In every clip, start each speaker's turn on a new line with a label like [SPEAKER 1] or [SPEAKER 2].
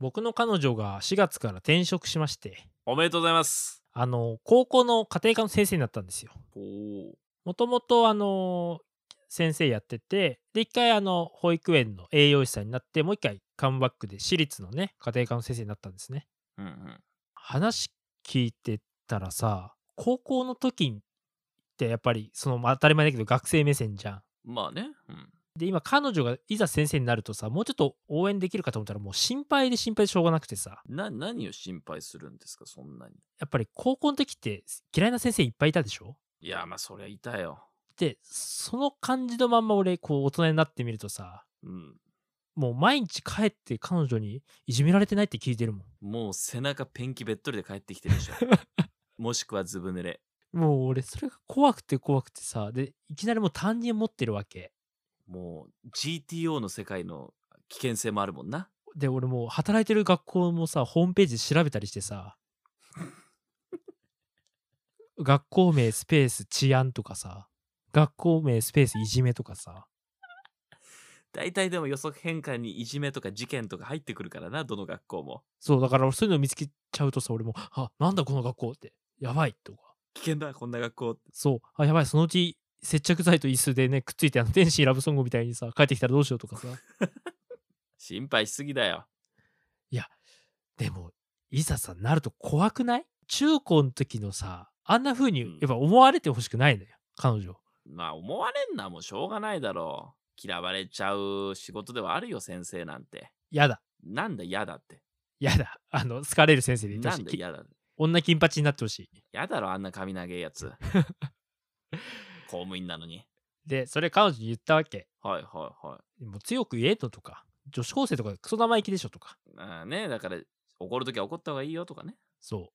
[SPEAKER 1] 僕の彼女が4月から転職しまして
[SPEAKER 2] おめでとうございます。
[SPEAKER 1] あの高校の家庭科の先生になったんですよ
[SPEAKER 2] おお。
[SPEAKER 1] もともとあの先生やっててで一回あの保育園の栄養士さんになってもう一回カムバックで私立のね家庭科の先生になったんですね
[SPEAKER 2] うんうん。
[SPEAKER 1] 話聞いてたらさ高校の時ってやっぱりそのまあ当たり前だけど学生目線じゃん
[SPEAKER 2] まあね。うん。
[SPEAKER 1] で今彼女がいざ先生になるとさもうちょっと応援できるかと思ったらもう心配で心配でしょうがなくてさ
[SPEAKER 2] な、何を心配するんですか、そんなに。
[SPEAKER 1] やっぱり高校の時って嫌いな先生いっぱいいたでしょ
[SPEAKER 2] いや、まあ、そりゃいたよ。
[SPEAKER 1] でその感じのまんま俺こう大人になってみるとさ
[SPEAKER 2] うん。
[SPEAKER 1] もう毎日帰って彼女にいじめられてないって聞いてるも
[SPEAKER 2] もう背中ペンキべっとりで帰ってきてるでし ょ。もしくはずぶ濡れ。
[SPEAKER 1] んもう俺それが怖くて怖くてさでいきなりもう担任持ってるわけ
[SPEAKER 2] もう GTO の世界の危険性もあるもんな。
[SPEAKER 1] で俺もう働いてる学校もさホームページで調べたりしてさ学校名スペース治安とかさ学校名スペースいじめとかさ
[SPEAKER 2] 大体でも予測変換にいじめとか事件とか入ってくるからな、どの学校も。
[SPEAKER 1] そうだから俺そういうの見つけちゃうとさ俺も「あなんだこの学校」って「やばい」とか
[SPEAKER 2] 危険だ、こんな学校。
[SPEAKER 1] そう「あやばいそのうち接着剤と椅子でねくっついてあの天使ラブソングみたいにさ帰ってきたらどうしよう」とかさ
[SPEAKER 2] 心配しすぎだよ。
[SPEAKER 1] でもいざさなると怖くない中高の時のさあんな風にやっぱ思われてほしくないのよ彼女
[SPEAKER 2] まあ思われんなもうしょうがないだろう。嫌われちゃう仕事ではあるよ、先生なんて。
[SPEAKER 1] やだ
[SPEAKER 2] なんだ嫌だって。
[SPEAKER 1] やだ。あの、好かれる先生でいた
[SPEAKER 2] な
[SPEAKER 1] し
[SPEAKER 2] ん、だ
[SPEAKER 1] き
[SPEAKER 2] 嫌だ。
[SPEAKER 1] 女金八になってほしい。
[SPEAKER 2] 嫌だろ、あんな髪長えやつ。公務員なのに。
[SPEAKER 1] で、それ彼女に言ったわけ。
[SPEAKER 2] はいはいはい。
[SPEAKER 1] もう強く言えととか、女子高生とかクソ生意気でしょとか。
[SPEAKER 2] あーねだから怒るときは怒った方がいいよとかね。
[SPEAKER 1] そう。って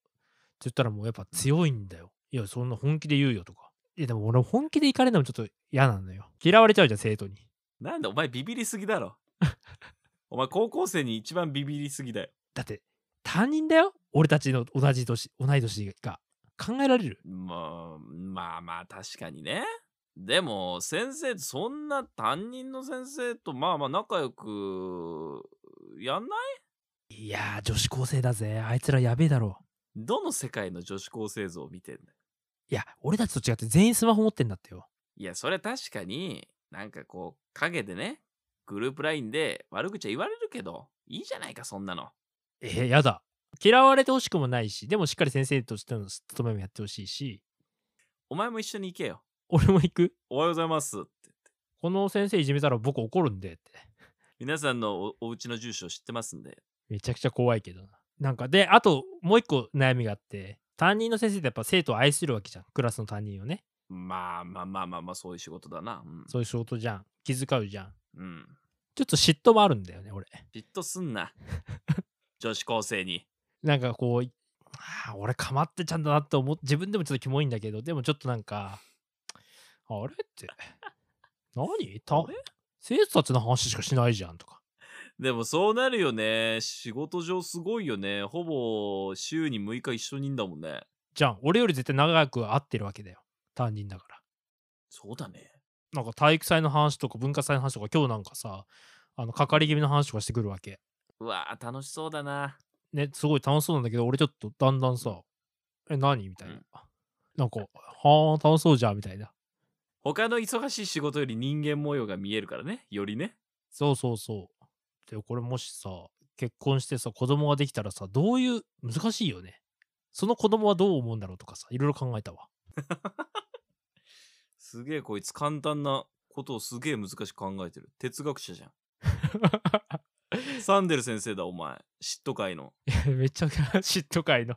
[SPEAKER 1] 言ったらもうやっぱ強いんだよ。いや、そんな本気で言うよとか。いや、でも俺本気で行かれるのもちょっと嫌なのよ。嫌われちゃうじゃん、生徒に。
[SPEAKER 2] なんだ、お前ビビりすぎだろ。お前高校生に一番ビビりすぎだよ。
[SPEAKER 1] だって、担任だよ。俺たちの同じ年、同い年が。考えられる
[SPEAKER 2] まあまあまあ確かにね。でも先生そんな担任の先生とまあまあ仲良くやんない
[SPEAKER 1] いやー、女子高生だぜ。あいつらやべえだろ。
[SPEAKER 2] どの世界の女子高生像を見てんだよ
[SPEAKER 1] いや、俺たちと違って全員スマホ持ってんだってよ。
[SPEAKER 2] いやそれ確かになんかこう陰でねグループラインで悪口は言われるけどいいじゃないかそんなの
[SPEAKER 1] えーやだ。嫌われてほしくもないし、でもしっかり先生としての務めもやってほしいし、
[SPEAKER 2] お前も一緒に行けよ
[SPEAKER 1] 俺も行く。
[SPEAKER 2] おはようございますって
[SPEAKER 1] この先生いじめたら僕怒るんでって。
[SPEAKER 2] 皆さんのおお家の住所知ってますんで
[SPEAKER 1] めちゃくちゃ怖いけどな。なんか、で、あともう一個悩みがあって、担任の先生ってやっぱ生徒を愛するわけじゃん。クラスの担任をね。
[SPEAKER 2] まあまあまあまあまあそういう仕事だなうん
[SPEAKER 1] そういう仕事じゃん。気遣うじゃん。
[SPEAKER 2] うん
[SPEAKER 1] ちょっと嫉妬もあるんだよね、俺。
[SPEAKER 2] 嫉妬すんな 女子高生に
[SPEAKER 1] なんかこう、あー俺かまってちゃんだなって思って、自分でもちょっとキモいんだけど、でもちょっとなんか、あれって、何た
[SPEAKER 2] あれ
[SPEAKER 1] 生徒たちの話しかしないじゃんとか。
[SPEAKER 2] でもそうなるよね仕事上すごいよねほぼ週に6日一緒にいんだもんね
[SPEAKER 1] じゃん俺より絶対長く会ってるわけだよ担任だから
[SPEAKER 2] そうだね
[SPEAKER 1] なんか体育祭の話とか文化祭の話とか今日なんかさあの係気味の話とかしてくるわけ
[SPEAKER 2] うわー楽しそうだな
[SPEAKER 1] ねすごい楽しそうなんだけど俺ちょっとだんだんさ「え何?」みたいな、
[SPEAKER 2] うん
[SPEAKER 1] なんか「はあ楽しそうじゃん」みたいな
[SPEAKER 2] 他の忙しい仕事より人間模様が見えるからねよりね
[SPEAKER 1] そうそうそうでこれもしさ結婚してさ子供ができたらさどういう難しいよねその子供はどう思うんだろうとかさいろいろ考えたわ
[SPEAKER 2] すげえこいつ簡単なことをすげえ難しく考えてる哲学者じゃんサンデル先生だお前嫉妬会の
[SPEAKER 1] めっちゃ 嫉妬会の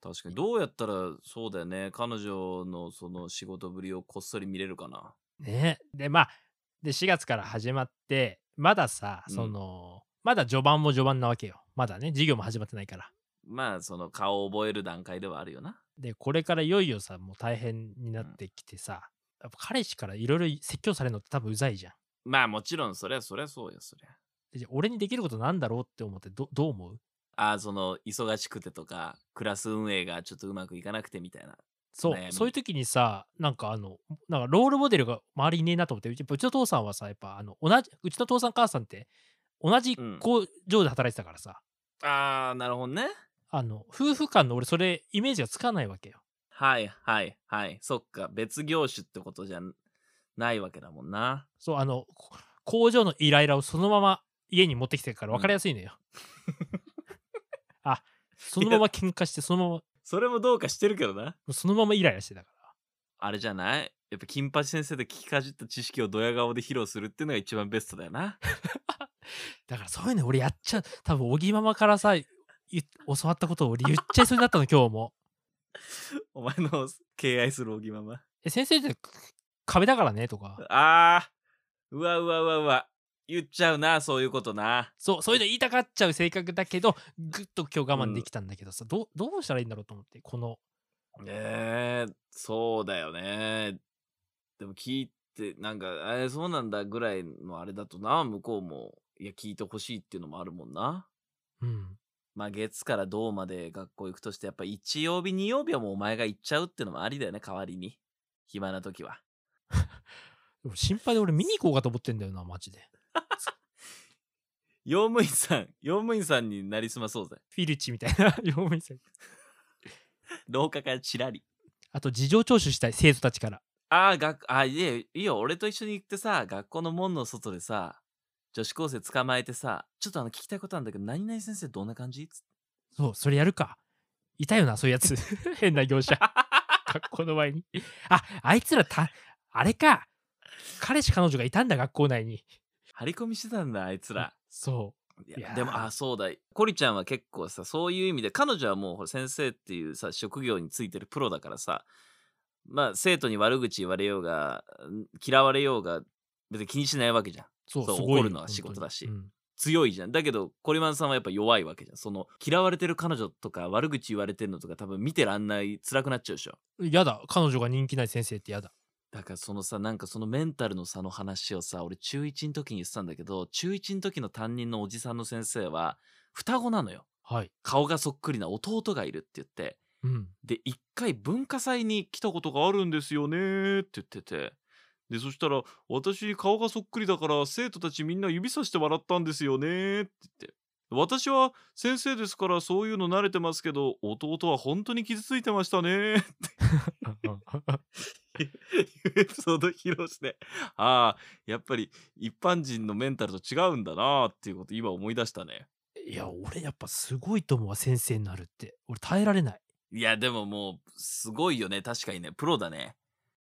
[SPEAKER 2] 確かにどうやったらそうだよね彼女のその仕事ぶりをこっそり見れるかな
[SPEAKER 1] ねでまあで4月から始まってまださ
[SPEAKER 2] うん
[SPEAKER 1] その、まだ序盤も序盤なわけよまだね授業も始まってないから
[SPEAKER 2] まあその顔を覚える段階ではあるよな
[SPEAKER 1] でこれからいよいよさもう大変になってきてさ、やっぱ彼氏からいろいろ説教されるのって多分うざいじゃん
[SPEAKER 2] まあもちろんそりゃそりゃそうよそりゃ
[SPEAKER 1] でじゃあ俺にできることなんだろうって思ってどどう思う
[SPEAKER 2] ああその忙しくてとかクラス運営がちょっとうまくいかなくてみたいな
[SPEAKER 1] そう
[SPEAKER 2] 悩み
[SPEAKER 1] そういう時にさなんかあのなんかロールモデルが周りにいねえなと思ってうちうちの父さんはさやっぱあの同じうちの父さん母さんって同じ
[SPEAKER 2] うん
[SPEAKER 1] 工場で働いてたからさ、
[SPEAKER 2] あー、なるほどね。
[SPEAKER 1] あの夫婦間の俺それイメージがつかないわけよ
[SPEAKER 2] はいはいはい。そっか、別業種ってことじゃないわけだもんな。
[SPEAKER 1] そうあのこ工場のイライラをそのまま家に持ってきてるから分かりやすいのよ、 あそのまま喧嘩してそのま
[SPEAKER 2] それもどうかしてるけどな。
[SPEAKER 1] まそのままイライラしてたから
[SPEAKER 2] あれじゃないやっぱ金八先生で聞きかじった知識をドヤ顔で披露するっていうのが一番ベストだよな。
[SPEAKER 1] だからそういうの俺やっちゃう多分小木ママからさい教わったことを俺言っちゃいそうになったの今日も
[SPEAKER 2] お前の敬愛するおぎママ。
[SPEAKER 1] え先生って壁だからねとか
[SPEAKER 2] あー、うわうわうわうわ。言っちゃうな、そういうことな。
[SPEAKER 1] そうそういうの言いたがっちゃう性格だけどぐっと今日我慢できたんだけどさ、どうどうしたらいいんだろうと思ってこの
[SPEAKER 2] えー、そうだよね。でも聞いて、なんか、えーそうなんだぐらいのあれだとな、向こうも、いや、聞いてほしいっていうのもあるもんな。
[SPEAKER 1] うん
[SPEAKER 2] まあ、月から銅まで学校行くとして、やっぱ1曜日、2曜日はもうお前が行っちゃうっていうのもありだよね、代わりに。暇な時は。
[SPEAKER 1] でも心配で俺見に行こうかと思ってんだよなマジで
[SPEAKER 2] 用務員さん、 用務員さんになりすまそうぜ。
[SPEAKER 1] フィルチみたいな 用務員さん
[SPEAKER 2] 廊下からチラリ。
[SPEAKER 1] あと事情聴取したい生徒たちから
[SPEAKER 2] ああ、学、あ、いえ、いいよ、俺と一緒に行ってさ、学校の門の外でさ、女子高生捕まえてさ、ちょっとあの聞きたいことあるんだけど、何々先生どんな感じつって
[SPEAKER 1] そうそれやるかいたよなそういうやつ 変な業 者学校の前にああいつらたあれか彼氏彼女がいたんだ学校内に
[SPEAKER 2] 張り込みしてたんだ、あいつら。
[SPEAKER 1] そ
[SPEAKER 2] い
[SPEAKER 1] いや
[SPEAKER 2] や
[SPEAKER 1] ー
[SPEAKER 2] でも、あ、そうだ。コリちゃんは結構さ、そういう意味で、彼女はもうほら先生っていうさ、職業についてるプロだからさ、まあ、生徒に悪口言われようが、ん嫌われようが、別に気にしないわけじゃん。
[SPEAKER 1] うそう
[SPEAKER 2] そう
[SPEAKER 1] すごい
[SPEAKER 2] 怒るの
[SPEAKER 1] 本
[SPEAKER 2] は
[SPEAKER 1] 当に
[SPEAKER 2] 仕事だし
[SPEAKER 1] うん
[SPEAKER 2] 強いじゃん。だけど、コリマンさんはやっぱ弱いわけじゃん。その、嫌われてる彼女とか、悪口言われてるのとか、多分見てらんない、辛くなっちゃうでしょ。
[SPEAKER 1] やだ彼女が人気ない先生ってやだ
[SPEAKER 2] だからそのさなんかそのメンタルの差の話をさ俺中1の時に言ってたんだけど中1の時の担任のおじさんの先生は双子なのよ
[SPEAKER 1] はい
[SPEAKER 2] 顔がそっくりな弟がいるって言って
[SPEAKER 1] うん
[SPEAKER 2] で一回文化祭に来たことがあるんですよねーって言っててでそしたら「私顔がそっくりだから生徒たちみんな指さして笑ったんですよねー」って言って「私は先生ですからそういうの慣れてますけど弟は本当に傷ついてましたねー」エピソード披露してああやっぱり一般人のメンタルと違うんだなーっていうこと今思い出したね
[SPEAKER 1] いや俺やっぱすごいと思うわ先生になるって俺耐えられない
[SPEAKER 2] いやでももうすごいよね確かにねプロだね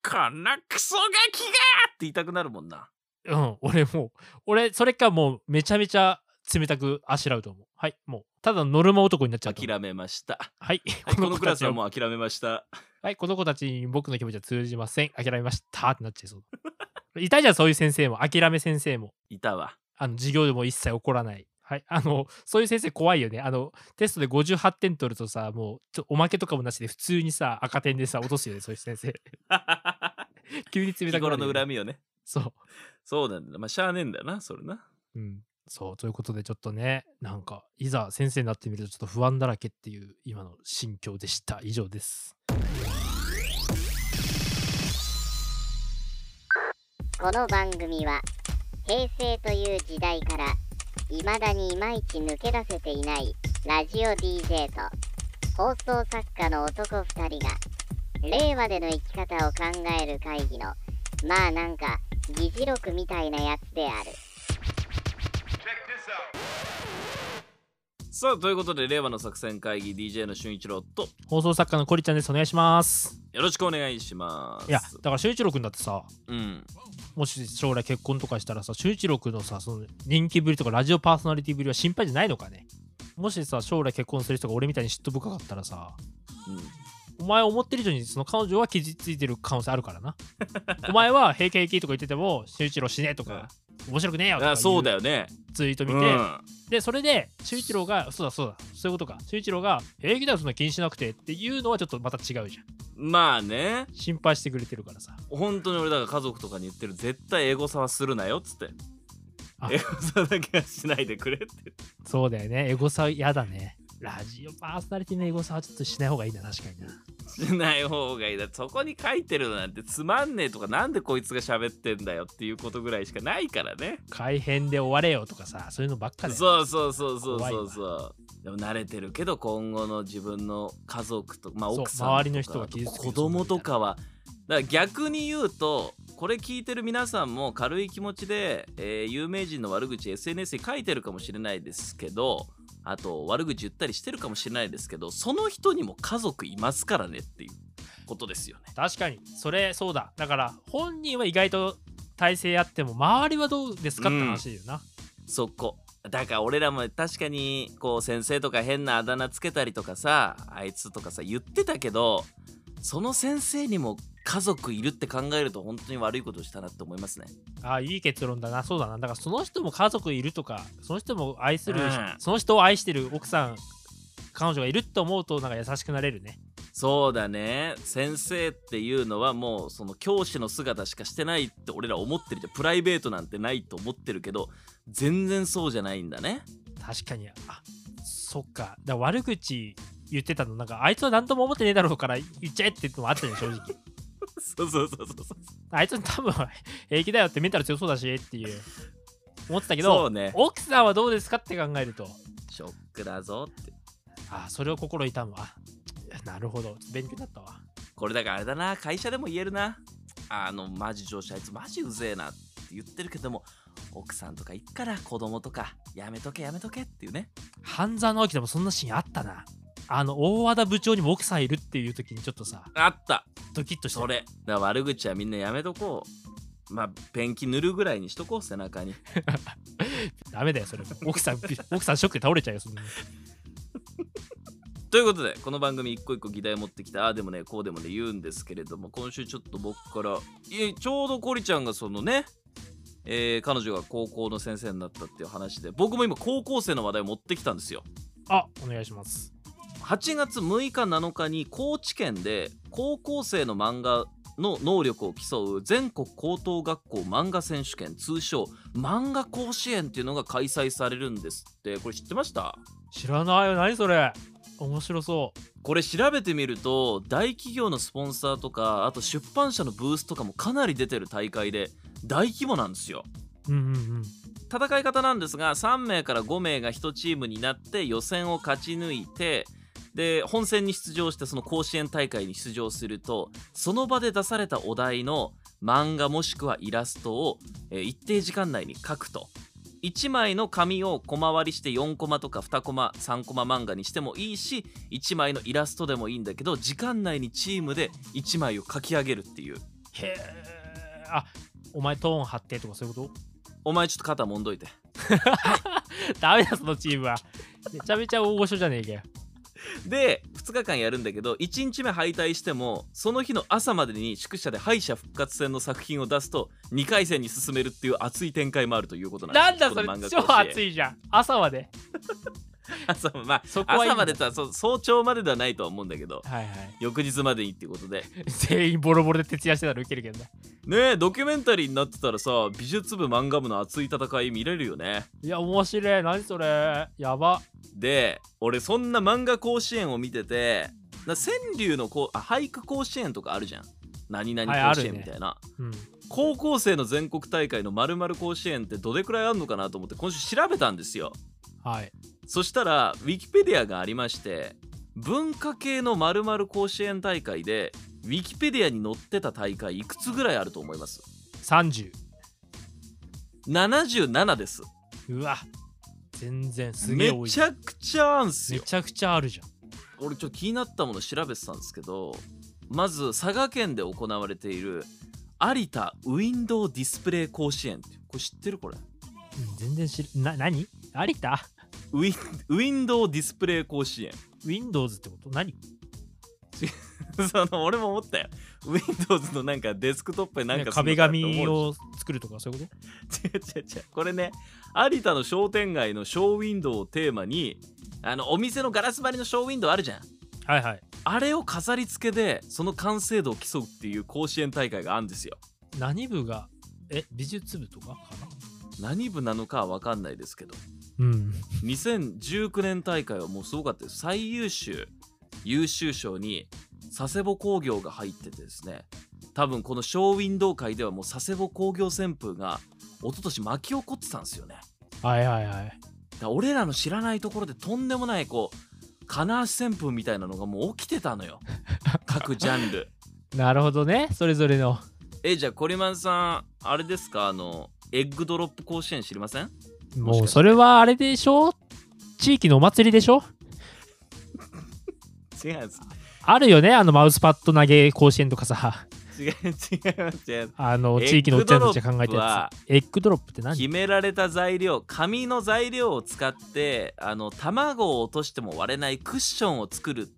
[SPEAKER 2] こんなクソガキがーって言いたくなるもんな
[SPEAKER 1] うん俺もう俺それかもうめちゃめちゃ冷たくあしらうと思うはいもうただのノルマ男になっちゃうと思う
[SPEAKER 2] 諦めました、
[SPEAKER 1] はい、
[SPEAKER 2] はい、このクラ
[SPEAKER 1] た
[SPEAKER 2] ス
[SPEAKER 1] ち
[SPEAKER 2] は
[SPEAKER 1] は
[SPEAKER 2] もう諦めました
[SPEAKER 1] はい、この子たちに僕の気持ちは通じません。諦めましたってなっちゃいそう。いたじゃん、そういう先生も。諦め先生も。
[SPEAKER 2] いた わ
[SPEAKER 1] あの、授業でも一切怒らない。はい。あの、そういう先生怖いよね。あの、テストで58点取るとさ、もう、ちょおまけとかもなしで、普通にさ、赤点でさ、落とすよね、そういう先生。 急に冷た
[SPEAKER 2] 日
[SPEAKER 1] くなる、
[SPEAKER 2] 頃
[SPEAKER 1] ね。
[SPEAKER 2] の恨みをね
[SPEAKER 1] そ
[SPEAKER 2] そうなんだまあしゃあねえんだよなそれな
[SPEAKER 1] う。うん。そう、ということで、ちょっとね、なんか、いざ先生になってみると、ちょっと不安だらけっていう、今の心境でした。以上です。
[SPEAKER 3] この番組は平成という時代から未だにいまいち抜け出せていないラジオ DJ と放送作家の男2人が令和での生き方を考える会議のまあなんか議事録みたいなやつである。
[SPEAKER 2] さあということで令和の作戦会議 DJ の俊一郎と
[SPEAKER 1] 放送作家のこりちゃんです。お願いします。
[SPEAKER 2] よろしくお願いします
[SPEAKER 1] いや、だから、修一郎君だってさ、
[SPEAKER 2] うん
[SPEAKER 1] もし将来結婚とかしたらさ周一郎君のさその人気ぶりとかラジオパーソナリティぶりは心配じゃないのかねもしさ将来結婚する人が俺みたいに嫉妬深かったらさ
[SPEAKER 2] うん
[SPEAKER 1] お前思ってる以上にその彼女は傷ついてる可能性あるから なお前は平気平気とか言ってても周一郎死ねとか、面白くねえよとかい
[SPEAKER 2] あそうだよね
[SPEAKER 1] ツイート見て、
[SPEAKER 2] うん
[SPEAKER 1] でそれで周一郎がそうだそうだそういうことか周一郎が平気だよそんな気にしなくてっていうのはちょっとまた違うじゃん
[SPEAKER 2] まあね
[SPEAKER 1] 心配してくれてるからさ
[SPEAKER 2] 本当に俺だから家族とかに言ってる絶対エゴサはするなよっつって
[SPEAKER 1] あ
[SPEAKER 2] エゴサだけはしないでくれって
[SPEAKER 1] そうだよねエゴサ嫌だねラジオパーソナリティのエゴサはちょっとしない方がいいな、確かにな。
[SPEAKER 2] しない方がいいだそこに書いてるのなんてつまんねえとかなんでこいつが喋ってんだよっていうことぐらいしかないからね
[SPEAKER 1] 改編で終われよとかさ、そういうのばっかで。
[SPEAKER 2] そうそうそうそう
[SPEAKER 1] 怖い
[SPEAKER 2] そ
[SPEAKER 1] わ
[SPEAKER 2] うそうでも慣れてるけど今後の自分の家族とまあ
[SPEAKER 1] そう
[SPEAKER 2] 奥さんとか
[SPEAKER 1] 周りの人が傷つく
[SPEAKER 2] 子供とかはだから逆に言うとこれ聞いてる皆さんも軽い気持ちで、えー有名人の悪口 SNS に書いてるかもしれないですけどあと悪口言ったりしてるかもしれないですけどその人にも家族いますからねっていうことですよね。
[SPEAKER 1] 確かに、それ、そうだ。だから、本人は意外と体制あっても、周りはどうですかって話だよな。
[SPEAKER 2] そこだから俺らも確かにこう先生とか変なあだ名つけたりとかさあいつとかさ言ってたけどその先生にも家族いるって考えると本当に悪いことをしたなって思いますね
[SPEAKER 1] ああ、いい結論だな。そうだな。だから、その人も家族いるとか、その人も愛する、
[SPEAKER 2] うん
[SPEAKER 1] その人を愛してる奥さん、彼女がいると思うと、なんか優しくなれるね。
[SPEAKER 2] そうだね先生っていうのはもうその教師の姿しかしてないって俺ら思ってるじゃんプライベートなんてないと思ってるけど全然そうじゃないんだね
[SPEAKER 1] 確かに、あそっか。だから悪口言ってたの、なんか、あいつは何とも思ってねえだろうから言っちゃえって言ってもあったね、正 直。
[SPEAKER 2] そうそうそうそうそう
[SPEAKER 1] あいつ多分平気だよってメンタル強そうだしっていう思ってたけ
[SPEAKER 2] そ
[SPEAKER 1] ど、
[SPEAKER 2] うね
[SPEAKER 1] 奥さんはどうですかって考えると
[SPEAKER 2] ショックだぞって
[SPEAKER 1] あそれを心痛むわなるほど勉強になったわ
[SPEAKER 2] これだからあれだな会社でも言えるなあのマジ上司あいつマジうぜえなって言ってるけども奥さんとかいっから子供とかやめとけやめとけっていうね
[SPEAKER 1] 半沢直樹でもそんなシーンあったなあの大和田部長にも奥さんいるっていう時にちょっとさ
[SPEAKER 2] あった
[SPEAKER 1] ドキッとした
[SPEAKER 2] それだから悪口はみんなやめとこうまあペンキ塗るぐらいにしとこう背中に
[SPEAKER 1] ダメだよそれ奥さん奥さんショックで倒れちゃうよそんなの
[SPEAKER 2] ということでこの番組一個一個議題持ってきてああでもねこうでもね言うんですけれども今週ちょっと僕からえちょうどコリちゃんがそのね、えー彼女が高校の先生になったっていう話で僕も今高校生の話題持ってきたんですよ
[SPEAKER 1] あお願いします
[SPEAKER 2] 8月6日7日に高知県で高校生の漫画の能力を競う全国高等学校漫画選手権通称漫画甲子園っていうのが開催されるんですってこれ知ってました
[SPEAKER 1] 知らないよ何それ面白そう
[SPEAKER 2] これ調べてみると大企業のスポンサーとかあと出版社のブースとかもかなり出てる大会で大規模なんですよ
[SPEAKER 1] うんうんうん
[SPEAKER 2] 戦い方なんですが3名から5名が1チームになって予選を勝ち抜いてで本戦に出場してその甲子園大会に出場するとその場で出されたお題の漫画もしくはイラストを、えー一定時間内に書くと1枚の紙を小回りして4コマとか2コマ3コマ漫画にしてもいいし1枚のイラストでもいいんだけど時間内にチームで1枚を書き上げるっていう
[SPEAKER 1] へえあお前トーン張ってとかそういうこと
[SPEAKER 2] お前ちょっと肩もんどいて
[SPEAKER 1] ダメだそのチームはめちゃめちゃ大御所じゃねえかよ
[SPEAKER 2] で2日間やるんだけど1日目敗退してもその日の朝までに宿舎で敗者復活戦の作品を出すと2回戦に進めるっていう熱い展開もあるということな
[SPEAKER 1] なんん
[SPEAKER 2] です
[SPEAKER 1] だそれ超
[SPEAKER 2] い
[SPEAKER 1] 暑 いじゃん朝まで
[SPEAKER 2] 朝,、まあ、
[SPEAKER 1] そこはいいんだ
[SPEAKER 2] 朝までとはそう早朝までではないとは思うんだけど
[SPEAKER 1] はいはい
[SPEAKER 2] 翌日までにっていうことで
[SPEAKER 1] 全員ボロボロで徹夜してたらウケるけどな
[SPEAKER 2] ねえドキュメンタリーになってたらさ美術部漫画部の熱い戦い見れるよね
[SPEAKER 1] いや面白い何それやば
[SPEAKER 2] で俺そんな漫画甲子園を見ててな川柳のこうあ俳句甲子園とかあるじゃん何々
[SPEAKER 1] はいあ
[SPEAKER 2] 甲
[SPEAKER 1] る
[SPEAKER 2] 子
[SPEAKER 1] ね
[SPEAKER 2] 園みたいな、
[SPEAKER 1] うん
[SPEAKER 2] 高校生の全国大会のまる甲子園ってどれくらいあるのかなと思って今週調べたんですよ
[SPEAKER 1] はい
[SPEAKER 2] そしたらウィキペディアがありまして文化系のまる甲子園大会でウィキペディアに載ってた大会いくつぐらいあると思います
[SPEAKER 1] 30
[SPEAKER 2] 77です
[SPEAKER 1] うわ全然すげえ
[SPEAKER 2] め
[SPEAKER 1] 多い
[SPEAKER 2] ちゃくちゃあんす
[SPEAKER 1] め
[SPEAKER 2] よ
[SPEAKER 1] ちゃくちゃあるじゃん
[SPEAKER 2] 俺ちょっと気になったもの調べてたんですけどまず佐賀県で行われている有田ウィンドウディスプレイ甲子園っていうこれ知ってるこれ
[SPEAKER 1] うん全然知るな何有田
[SPEAKER 2] ウィンウィンドウディスプレイ甲子園
[SPEAKER 1] Windows ってこと何
[SPEAKER 2] その俺も思ったよ Windows のなんかデスクトップになんかする
[SPEAKER 1] 壁
[SPEAKER 2] のかなって思う
[SPEAKER 1] 紙を作るとかそういうこ
[SPEAKER 2] 違う違う違うこれね有田の商店街のショーウィンドウをテーマにあのお店のガラス張りのショーウィンドウあるじゃん
[SPEAKER 1] とはいはい
[SPEAKER 2] あれを飾り付けでその完成度を競うっていう甲子園大会があるんですよ
[SPEAKER 1] 何部がえ美術部とかかな
[SPEAKER 2] 何部なのかは分かんないですけど
[SPEAKER 1] うん。
[SPEAKER 2] 2019年大会はもうすごかったです最優秀優秀賞に佐世保工業が入っててですね多分このショーウィンドウ界ではもう佐世保工業旋風が一昨年巻き起こってたんですよね
[SPEAKER 1] はいはいはい。
[SPEAKER 2] だから俺らの知らないところでとんでもないこう金足旋風みたいなのがもう起きてた のよ各ジャンル
[SPEAKER 1] なるほどね。それぞれの。
[SPEAKER 2] えじゃあコリマンさんあれですかあのエッグドロップ甲子園知りません
[SPEAKER 1] もうそれはあれでしょ地域のお祭りでしょ
[SPEAKER 2] 違います
[SPEAKER 1] あるよね。あのマウスパッド投げ甲子園とかさ。
[SPEAKER 2] 違い違います違います
[SPEAKER 1] あの地域のおっちゃんたちが考えたやつ。エッグドロップって何
[SPEAKER 2] 決められた材料紙の材料を使ってあの卵を落としても割れないクッションを作る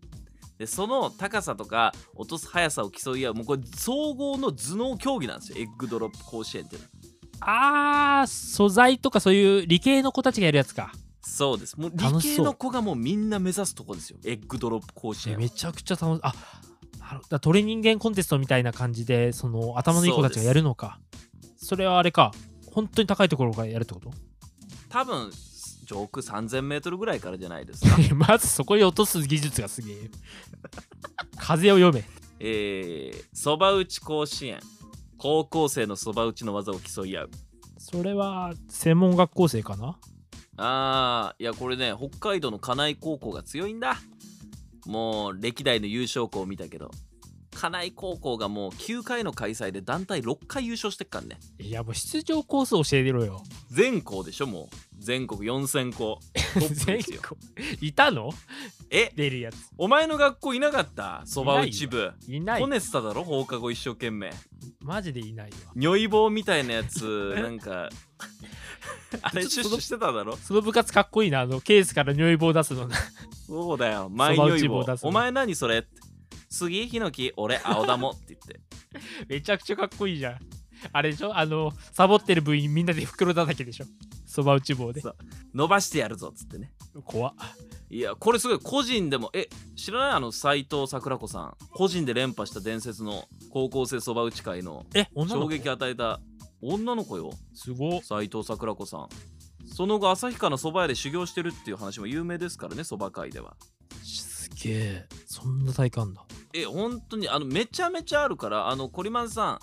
[SPEAKER 2] でその高さとか落とす速さを競い合うもうこれ総合の頭脳競技なんですよエッグドロップ甲子園っていうのは
[SPEAKER 1] あー、素材とかそういう理系の子たちがやるやつか。
[SPEAKER 2] そうですもう
[SPEAKER 1] 楽
[SPEAKER 2] 理
[SPEAKER 1] しそう
[SPEAKER 2] 系の子がもうみんな目指すとこですよエッグドロップ甲子園は
[SPEAKER 1] めちゃくちゃ楽しあなるだ鳥人間コンテストみたいな感じでその頭のいい子たちがやるのかそれはあれか本当に高いところからやるってこと
[SPEAKER 2] 多分上空 3000m ぐらいからじゃないで すか
[SPEAKER 1] まずそこに落とす技術がす げえ風を読め
[SPEAKER 2] えーそば打ち甲子園高校生のそば打ちの技を競い合う
[SPEAKER 1] それは専門学校生かな
[SPEAKER 2] あーいやこれね北海道の金井高校が強いんだもう歴代の優勝校を見たけど金井高校がもう9回の開催で団体6回優勝してっからね
[SPEAKER 1] いやもう出場コース教えてろよ
[SPEAKER 2] 全校でしょもう全国4000校トップ
[SPEAKER 1] 全
[SPEAKER 2] です
[SPEAKER 1] 国
[SPEAKER 2] よ
[SPEAKER 1] いたの
[SPEAKER 2] え
[SPEAKER 1] 出るやつ
[SPEAKER 2] お前の学校いなかったそば打ち部
[SPEAKER 1] いない
[SPEAKER 2] ホネスタだろ放課後一生懸命
[SPEAKER 1] マジでいないわ
[SPEAKER 2] 如意棒みたいなやつなん かあれ
[SPEAKER 1] ちょ
[SPEAKER 2] シ
[SPEAKER 1] っとそ
[SPEAKER 2] ュッシ
[SPEAKER 1] の
[SPEAKER 2] ュしてただろ
[SPEAKER 1] その部活かっこいいなあのケースから尿意棒出すのな
[SPEAKER 2] そうだよ前
[SPEAKER 1] そば
[SPEAKER 2] 如
[SPEAKER 1] 打ち
[SPEAKER 2] 意
[SPEAKER 1] 棒
[SPEAKER 2] 棒
[SPEAKER 1] 出すの
[SPEAKER 2] お前何それ杉ヒノキ俺青だもって言って
[SPEAKER 1] めちゃくちゃかっこいいじゃん。あれでしょあの、サボってる部員みんなで袋叩きでしょそば打ち棒で
[SPEAKER 2] そ。伸ばしてやるぞっつってね
[SPEAKER 1] 怖っ
[SPEAKER 2] いやこれすごい個人でもえ知らないあの斎藤桜子さん個人で連覇した伝説の高校生そば打ち会の
[SPEAKER 1] え、女の
[SPEAKER 2] 衝
[SPEAKER 1] 子
[SPEAKER 2] 撃与えた女の子よ
[SPEAKER 1] すごっ
[SPEAKER 2] 斎藤桜子さんその後旭川のそば屋で修行してるっていう話も有名ですからねそば会では
[SPEAKER 1] すげえ。そんな体感だ。
[SPEAKER 2] え本当にあのめちゃめちゃあるからあのコリマンさん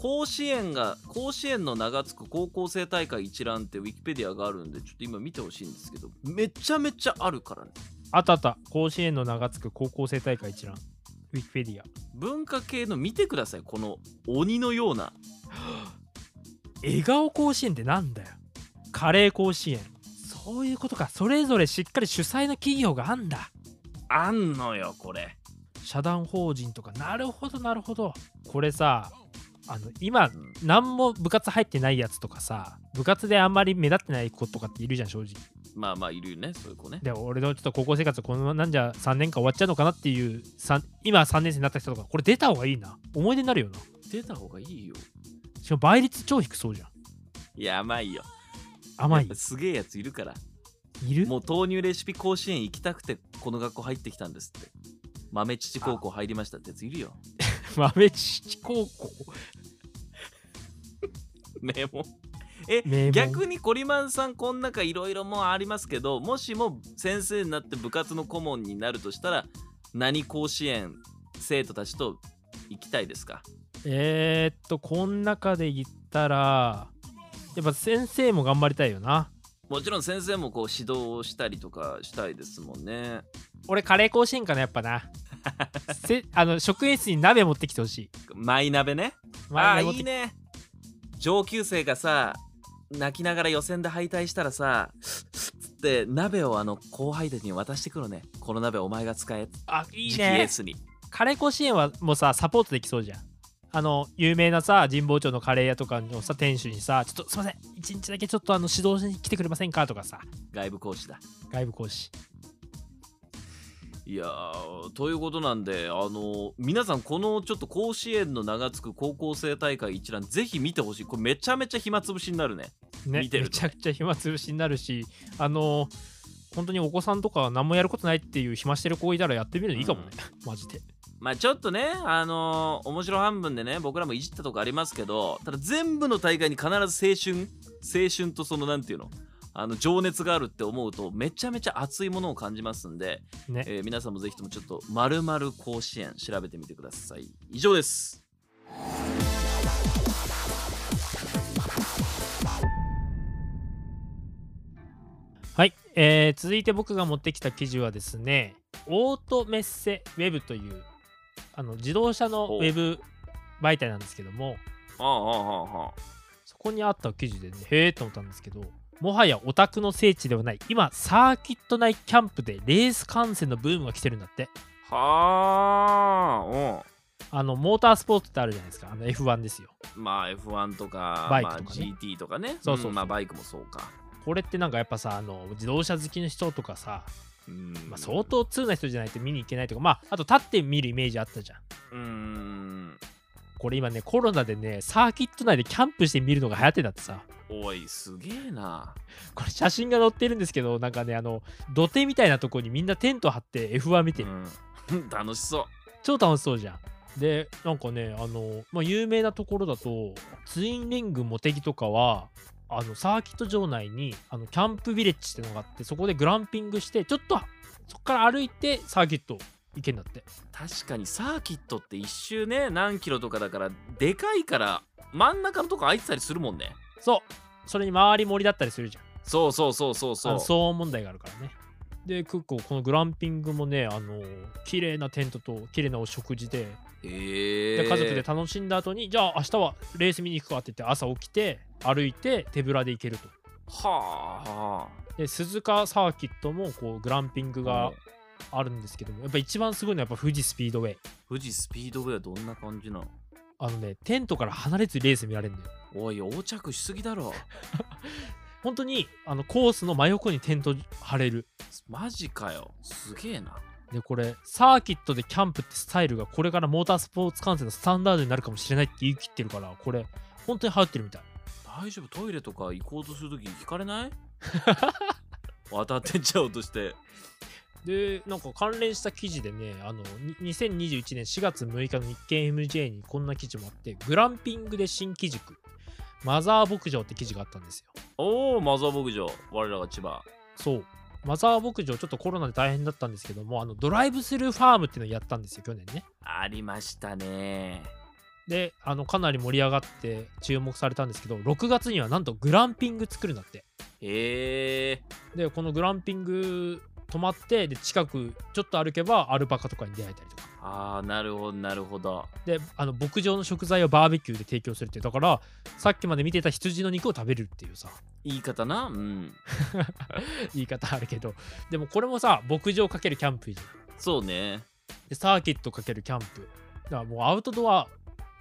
[SPEAKER 2] 甲子園が甲子園の名が付く高校生大会一覧ってウィキペディアがあるんでちょっと今見てほしいんですけどめちゃめちゃあるからね
[SPEAKER 1] あったあった。甲子園の名が付く高校生大会一覧。ウィキペディア。
[SPEAKER 2] 文化系の見てくださいこの鬼のような
[SPEAKER 1] 笑顔甲子園ってなんだよ。カレー甲子園。そういうことか。それぞれしっかり主催の企業があんだ。
[SPEAKER 2] あんのよこれ
[SPEAKER 1] 社団法人とか。なるほど、なるほど。これさ、あの、今、何も部活入ってないやつとかさ部活であんまり目立ってない子とかっているじゃん正直
[SPEAKER 2] まあまあいるよねそういう子ね
[SPEAKER 1] で俺のちょっと高校生活このままなんじゃ3年間終わっちゃうのかなっていうさん今3年生になった人とかこれ出た方がいいな思い出になるよな
[SPEAKER 2] 出た方がいいよ
[SPEAKER 1] しかも倍率超低そうじゃん
[SPEAKER 2] いや甘いよ
[SPEAKER 1] 甘
[SPEAKER 2] やっ
[SPEAKER 1] い
[SPEAKER 2] ぱすげえやついるから
[SPEAKER 1] いる
[SPEAKER 2] もう豆乳レシピ甲子園行きたくてこの学校入ってきたんですって豆乳高校入りましたってやついる よ
[SPEAKER 1] 豆父高校
[SPEAKER 2] 名門え
[SPEAKER 1] 名門
[SPEAKER 2] 逆にコリマンさんこん中いろいろもうありますけどもしも先生になって部活の顧問になるとしたら何甲子園生徒たちと行きたいですか
[SPEAKER 1] えー、っとこん中で言ったらやっぱ先生も頑張りたいよな
[SPEAKER 2] もちろん先生もこう指導をしたりとかしたいですもんね
[SPEAKER 1] 俺カレー甲子園かなやっぱなせあの職員室に鍋持ってきてほしい
[SPEAKER 2] マイ鍋ね ああ
[SPEAKER 1] 前に持っ
[SPEAKER 2] ーい
[SPEAKER 1] て
[SPEAKER 2] い
[SPEAKER 1] きて
[SPEAKER 2] ね上級生がさ泣きながら予選で敗退したらさつって鍋をあの後輩たちに渡してくるねこの鍋お前が使え
[SPEAKER 1] あいい
[SPEAKER 2] 次期エ
[SPEAKER 1] ね
[SPEAKER 2] ースに
[SPEAKER 1] カレー甲子園はもうさサポートできそうじゃんあの有名なさ神保町のカレー屋とかのさ店主にさ「ちょっとすいません一日だけちょっとあの指導しに来てくれませんか?」とかさ
[SPEAKER 2] 外部講師だ
[SPEAKER 1] 外部講師
[SPEAKER 2] いやーということなんであの皆さんこのちょっと甲子園の名が付く高校生大会一覧ぜひ見てほしいこれめちゃめちゃ暇つぶしになるね
[SPEAKER 1] ね
[SPEAKER 2] 見てる
[SPEAKER 1] めちゃくちゃ暇つぶしになるしあの本当にお子さんとか何もやることないっていう暇してる子いたらやってみるのいいかもね、マジで
[SPEAKER 2] まあちょっとねあの面白半分でね僕らもいじったとこありますけどただ全部の大会に必ず青春青春とそのなんていうのあの情熱があるって思うとめちゃめちゃ熱いものを感じますんで、
[SPEAKER 1] ね
[SPEAKER 2] えー皆さんもぜひともちょっと「まるまる甲子園」調べてみてください以上です
[SPEAKER 1] はい、えー続いて僕が持ってきた記事はですね、オートメッセウェブというあの自動車のウ
[SPEAKER 2] ほう
[SPEAKER 1] ェブ媒体なんですけども、
[SPEAKER 2] あああああああ
[SPEAKER 1] そこにあった記事でね、へえと思ったんですけど、もはやオタクの聖地ではない、今、サーキット内キャンプでレース観戦のブームが来てるんだって。
[SPEAKER 2] はあうん
[SPEAKER 1] あの、モータースポーツってあるじゃないですか、あの F1 ですよ。
[SPEAKER 2] まあ F1 とか
[SPEAKER 1] バイクとかね
[SPEAKER 2] まあ、GT とかね
[SPEAKER 1] そうそうそうん
[SPEAKER 2] まあ、バイクもそうか、
[SPEAKER 1] これってなんかやっぱさ、あの自動車好きの人とかさ、
[SPEAKER 2] うん
[SPEAKER 1] まあ、相当通な人じゃないと見に行けないとか、まあ、あと立って見るイメージあったじゃん。
[SPEAKER 2] うん
[SPEAKER 1] これ今ね、コロナでね、サーキット内でキャンプして見るのが流行ってたってさ、
[SPEAKER 2] おいすげえな
[SPEAKER 1] これ写真が載ってるんですけど、なんかね、あの、土手みたいなとこにみんなテント張って F1 見てる。
[SPEAKER 2] うん 楽しそう
[SPEAKER 1] 超楽しそうじゃん。で、なんかね、あの、まあ、有名なところだと、ツインリングモテギとかは、あのサーキット場内にあのキャンプビレッジってのがあってそこでグランピングしてちょっとそこから歩いてサーキット行けんだって
[SPEAKER 2] 確かにサーキットって一周ね何キロとかだからでかいから真ん中のとこ空いてたりするもんね
[SPEAKER 1] そうそれに周り森だったりするじゃん
[SPEAKER 2] そうそうそうそう
[SPEAKER 1] あ
[SPEAKER 2] そ
[SPEAKER 1] の
[SPEAKER 2] う
[SPEAKER 1] 騒音問題があるからね。で、結構このグランピングもね、あの綺麗なテントと綺麗なお食事で
[SPEAKER 2] へえ
[SPEAKER 1] で、家族で楽しんだ後に、じゃあ明日はレース見に行くかって言って、朝起きて、歩いて、手ぶらで行けると。
[SPEAKER 2] はあ
[SPEAKER 1] で、鈴鹿サーキットもこうグランピングがあるんですけども、やっぱ一番すごいのはやっぱ富士スピードウェイ。
[SPEAKER 2] 富士スピードウェイはどんな感じなの
[SPEAKER 1] あのね、テントから離れずにレース見られるんだよ。
[SPEAKER 2] おい横着しすぎだろ
[SPEAKER 1] 本当にあのコースの真横にテント張れる。
[SPEAKER 2] マジかよすげえな
[SPEAKER 1] で、これ、サーキットでキャンプってスタイルがこれからモータースポーツ観戦のスタンダードになるかもしれないって言い切ってるから、これ、本当に流行ってるみたい。
[SPEAKER 2] 大丈夫トイレとか行こうとするとき聞かれない 渡ってっちゃおうとして
[SPEAKER 1] で、なんか関連した記事でね、あの、に2021年4月6日の日経 MJ にこんな記事もあって、グランピングで新機軸、マザー牧場って記事があったんですよ。
[SPEAKER 2] おおマザー牧場我らが千葉
[SPEAKER 1] そう。マザー牧場、ちょっとコロナで大変だったんですけども、あの、ドライブスルーファームっていうのをやったんですよ、去年ね。
[SPEAKER 2] ありましたね
[SPEAKER 1] で、あの、かなり盛り上がって注目されたんですけど、6月にはなんとグランピング作るんだって。
[SPEAKER 2] へえ
[SPEAKER 1] でこのグランピング泊まってで近くちょっと歩けばアルパカとかに出会えたりとか
[SPEAKER 2] ああなるほどなるほど
[SPEAKER 1] であの牧場の食材をバーベキューで提供するっていうだからさっきまで見てた羊の肉を食べるっていうさ
[SPEAKER 2] 言い方なうん
[SPEAKER 1] 言い方あるけどでもこれもさ牧場かけるキャンプじゃん
[SPEAKER 2] そうね
[SPEAKER 1] でサーキットかけるキャンプだからもうアウトドア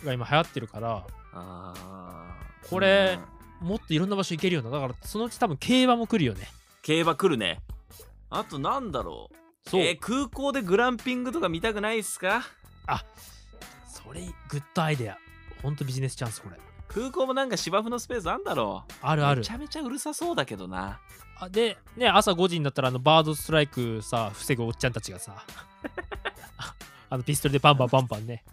[SPEAKER 1] が今流行ってるから
[SPEAKER 2] あー
[SPEAKER 1] これ
[SPEAKER 2] うん
[SPEAKER 1] もっといろんな場所行けるようなだからそのうち多分競馬も来るよね
[SPEAKER 2] 競馬来るねあとなんだろう
[SPEAKER 1] そう、
[SPEAKER 2] えー空港でグランピングとか見たくないっすか
[SPEAKER 1] それグッドアイデアほんとビジネスチャンスこれ
[SPEAKER 2] 空港もなんか芝生のスペースあんだろう
[SPEAKER 1] あるある
[SPEAKER 2] めちゃめちゃうるさそうだけどな
[SPEAKER 1] あでね朝5時になったらあのバードストライクさ防ぐおっちゃんたちが さあのピストルでバンバンバンバンね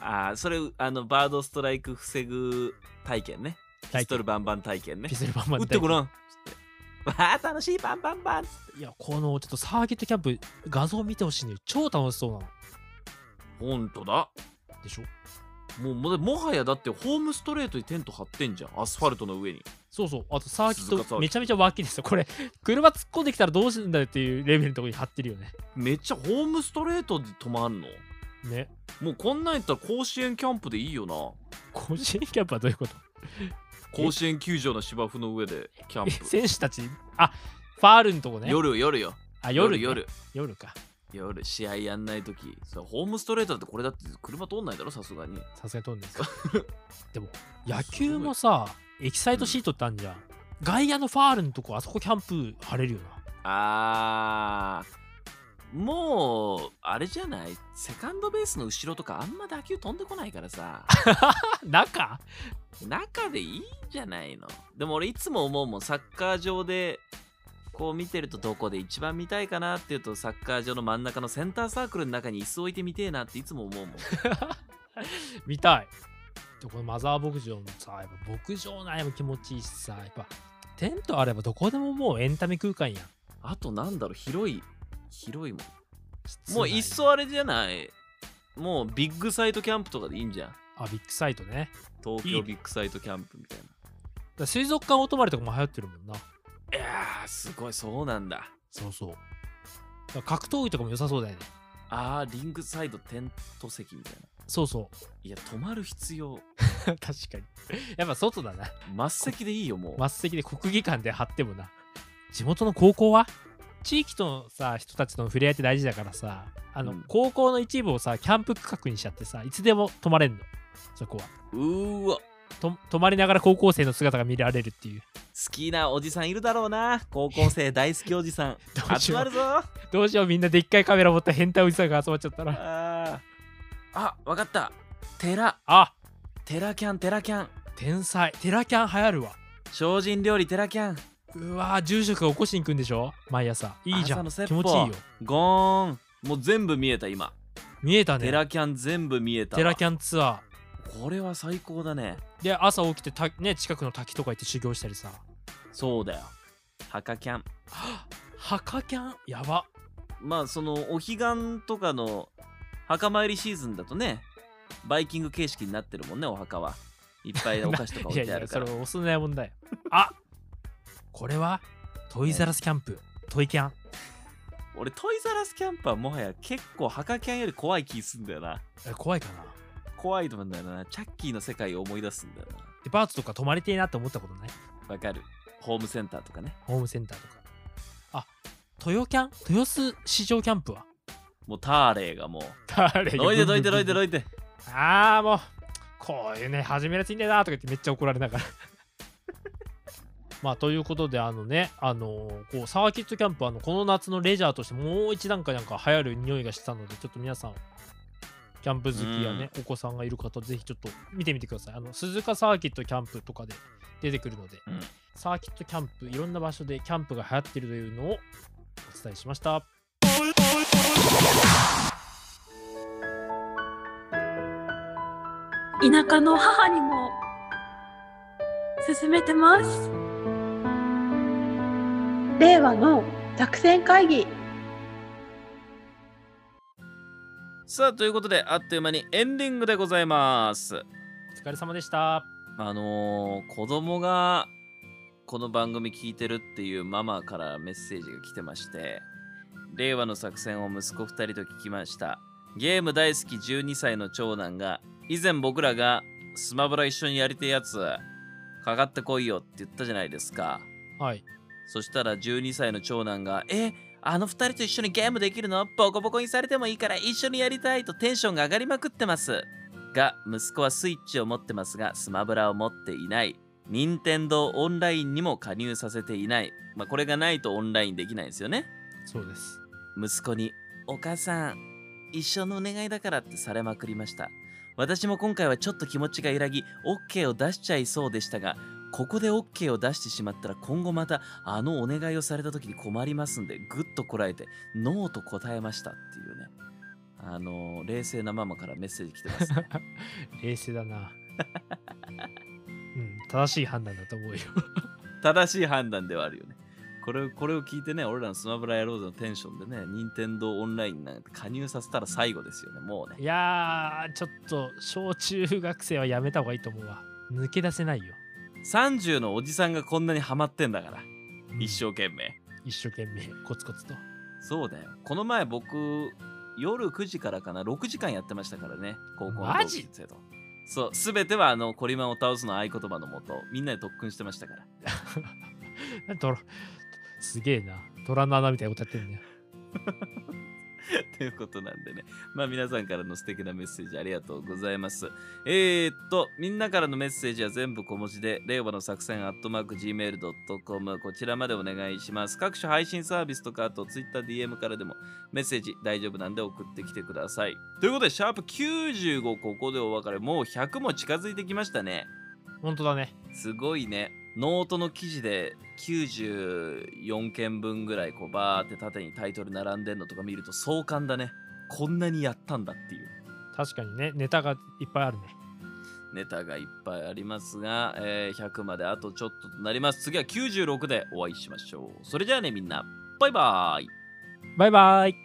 [SPEAKER 2] あーそれあのバードストライク防ぐ体験ねピストルバンバン体験ね
[SPEAKER 1] ピストルバンバン
[SPEAKER 2] 打ってごらんつってわあ楽しいバンバンバン
[SPEAKER 1] いやこのちょっとサーキットキャンプ画像見てほしいのよ超楽しそうなの
[SPEAKER 2] ほんとだ
[SPEAKER 1] でしょ
[SPEAKER 2] もうももはやだってホームストレートにテント張ってんじゃんアスファルトの上に
[SPEAKER 1] そうそうあとサーキ
[SPEAKER 2] 鈴鹿
[SPEAKER 1] ッ
[SPEAKER 2] サーキッ
[SPEAKER 1] ト
[SPEAKER 2] ト
[SPEAKER 1] めちゃめちゃ脇ですよこれ車突っ込んできたらどうするんだよっていうレベルのところに貼ってるよね
[SPEAKER 2] めっちゃホームストレートで止まんの
[SPEAKER 1] ね
[SPEAKER 2] もうこんなんやったら甲子園キャンプでいいよな
[SPEAKER 1] 甲子園キャンプはどういうこと
[SPEAKER 2] 甲子園球場の芝生の上でキャン
[SPEAKER 1] え
[SPEAKER 2] プ
[SPEAKER 1] 選手たちあファールのとこね
[SPEAKER 2] 夜夜よ
[SPEAKER 1] あ夜ね
[SPEAKER 2] 夜
[SPEAKER 1] 夜か
[SPEAKER 2] 夜夜試合やんない時それホームストレートだってこれだって車通んないだろさすがに
[SPEAKER 1] さすがに取るん ですかでも野球もさエキサイトシートってあんじゃん、外野のファールのとこあそこキャンプ張れるよな
[SPEAKER 2] あーもうあれじゃないセカンドベースの後ろとかあんま打球飛んでこないからさ
[SPEAKER 1] 中
[SPEAKER 2] 中でいいんじゃないのでも俺いつも思うもんサッカー場でこう見てるとどこで一番見たいかなっていうとサッカー場の真ん中のセンターサークルの中に椅子置いてみてえなっていつも思うもん
[SPEAKER 1] 見たいでこのマザー牧場もさやっぱ牧場内も気持ちいいしさやっぱテントあればどこでももうエンタメ空間やん
[SPEAKER 2] あとなんだろう広い広いもんもういっ
[SPEAKER 1] 室内
[SPEAKER 2] そあれじゃないもうビッグサイトキャンプとかでいいんじゃん
[SPEAKER 1] あビッグサイトね
[SPEAKER 2] 東
[SPEAKER 1] いいね
[SPEAKER 2] 京ビッグサイトキャンプみたいな
[SPEAKER 1] だから水族館お泊まりとかも流行ってるもんない
[SPEAKER 2] やーすごいそうなんだ
[SPEAKER 1] そうそうだから格闘技とかも良さそうだよね
[SPEAKER 2] あーリングサイドテント席みたいな
[SPEAKER 1] そうそう
[SPEAKER 2] いや泊まる必要
[SPEAKER 1] 確かにやっぱ外だな
[SPEAKER 2] 末席でいいよもう、
[SPEAKER 1] 末席で国技館で張ってもな地元の高校は地域とのさ人たちとの触れ合いって大事だからさあの、
[SPEAKER 2] うん
[SPEAKER 1] 高校の一部をさキャンプ区画にしちゃってさいつでも泊まれんのそこは
[SPEAKER 2] うーわ
[SPEAKER 1] と泊まりながら高校生の姿が見られるっていう
[SPEAKER 2] 好きなおじさんいるだろうな高校生大好きおじさ ん
[SPEAKER 1] どうし
[SPEAKER 2] 集
[SPEAKER 1] よ
[SPEAKER 2] ま
[SPEAKER 1] う
[SPEAKER 2] るぞあ
[SPEAKER 1] どうしようみんなでっかいカメラ持った変態おじさんが集まっちゃったら
[SPEAKER 2] ーあわかった寺
[SPEAKER 1] あ
[SPEAKER 2] 寺キャン寺キャン
[SPEAKER 1] 天才テラキャン流行るわ
[SPEAKER 2] 精進料理寺キャン
[SPEAKER 1] うわー住職が起こしに行くんでしょ毎朝いいじゃん
[SPEAKER 2] 朝の
[SPEAKER 1] 気持ちいいよ
[SPEAKER 2] 説ゴーンもう全部見えた今
[SPEAKER 1] 見えたね
[SPEAKER 2] テラキャン全部見えた
[SPEAKER 1] テラキ
[SPEAKER 2] ャ
[SPEAKER 1] ャンツア
[SPEAKER 2] ンこれは最高だね
[SPEAKER 1] ーで朝起きてた、ね、近くの滝とか行って修行したりさ
[SPEAKER 2] そうだよ墓キャン
[SPEAKER 1] ハカキャンやば
[SPEAKER 2] まあそのお彼岸とかの墓参りシーズンだとねバイキング形式になってるもんねお墓はいっぱいお菓子とか
[SPEAKER 1] い
[SPEAKER 2] 置
[SPEAKER 1] や
[SPEAKER 2] い
[SPEAKER 1] い
[SPEAKER 2] てあ
[SPEAKER 1] や
[SPEAKER 2] る
[SPEAKER 1] そ
[SPEAKER 2] か
[SPEAKER 1] れ
[SPEAKER 2] ら
[SPEAKER 1] おすないもんだよあこれはトイザラスキャンプトイキャン
[SPEAKER 2] 俺トイザらスキャンプはもはや結構墓キャンより怖い気すんだよな
[SPEAKER 1] え怖いかな
[SPEAKER 2] 怖いと思うんだよなチャッキーの世界を思い出すんだよ
[SPEAKER 1] デパートとか泊まりてえなって思ったことない
[SPEAKER 2] なわかるホームセンターとかね
[SPEAKER 1] ホームセンターとかあ豊キャン豊洲市場キャンプは
[SPEAKER 2] もうターレイがもう
[SPEAKER 1] 誰
[SPEAKER 2] どいてどいてどいてど
[SPEAKER 1] い
[SPEAKER 2] いて
[SPEAKER 1] てああもうこういうね始めるやついいんだよなとか言ってめっちゃ怒られながらまあということであのねあのこうサーキットキャンプはあのこの夏のレジャーとしてもう一段階なんか流行る匂いがしたのでちょっと皆さんキャンプ好きやね、お子さんがいる方ぜひちょっと見てみてくださいあの鈴鹿サーキットキャンプとかで出てくるので、
[SPEAKER 2] うん
[SPEAKER 1] サーキットキャンプいろんな場所でキャンプが流行ってるというのをお伝えしました
[SPEAKER 4] 田舎の母にも勧めてます令和の作戦会議
[SPEAKER 2] さあということであっという間にエンディングでございます
[SPEAKER 1] お疲れ様でした
[SPEAKER 2] あのー、子供がこの番組聞いてるっていうママからメッセージが来てまして令和の作戦を息子2人と聞きましたゲーム大好き12歳の長男が以前僕らがスマブラ一緒にやりてえやつかかってこいよって言ったじゃないですか
[SPEAKER 1] はい
[SPEAKER 2] そしたら12歳の長男が、えあの2人と一緒にゲームできるのボコボコにされてもいいから一緒にやりたいとテンションが上がりまくってます。が、息子はスイッチを持ってますが、スマブラを持っていない。任天堂オンラインにも加入させていない。まあ、これがないとオンラインできないですよね。
[SPEAKER 1] そうです
[SPEAKER 2] 息子に「お母さん一緒のお願いだから」ってされまくりました私も今回はちょっと気持ちが揺らぎ OK を出しちゃいそうでしたがここで OK を出してしまったら今後またあのお願いをされた時に困りますんでぐっとこらえて「ノー」と答えましたっていうねあのー冷静なママからメッセージ来て ます、ね、
[SPEAKER 1] 冷静だなうん正しい判断だと思うよ
[SPEAKER 2] 正しい判断ではあるよねこれこれを聞いてね俺らのスマブラ野郎ズのテンションでね任天堂オンラインなんて加入させたら最後ですよねもうね
[SPEAKER 1] いやーちょっと小中学生はやめた方がいいと思うわ抜け出せないよ、
[SPEAKER 2] 30のおじさんがこんなにハマってんだから、
[SPEAKER 1] うん
[SPEAKER 2] 一生懸命
[SPEAKER 1] 一生懸命コツコツと
[SPEAKER 2] そうだよこの前僕夜9時からかな6時間やってましたからね高校の
[SPEAKER 1] マジ
[SPEAKER 2] 同級生とそう全てはあのコリマンを倒すの合言葉のもとみんなで特訓してましたから
[SPEAKER 1] 虎すげえな虎の穴みたいなことやってんね
[SPEAKER 2] ということなんでね。まあ皆さんからの素敵なメッセージありがとうございます。えー、っと、みんなからのメッセージは全部小文字で、令和の作戦アットマーク Gmail.com こちらまでお願いします。各種配信サービスとか、あと TwitterDM からでもメッセージ大丈夫なんで送ってきてください。ということで、シャープ95ここでお別れ、もう100も近づいてきましたね。
[SPEAKER 1] ほんとだね
[SPEAKER 2] すごいね。ノートの記事で94件分ぐらいこうバーって縦にタイトル並んでんのとか見ると壮観だね。こんなにやったんだっていう。
[SPEAKER 1] 確かにねネタがいっぱいあるね
[SPEAKER 2] ネタがいっぱいありますが、えー100まであとちょっととなります次は96でお会いしましょうそれじゃあねみんなバイバーイ
[SPEAKER 1] バイバイ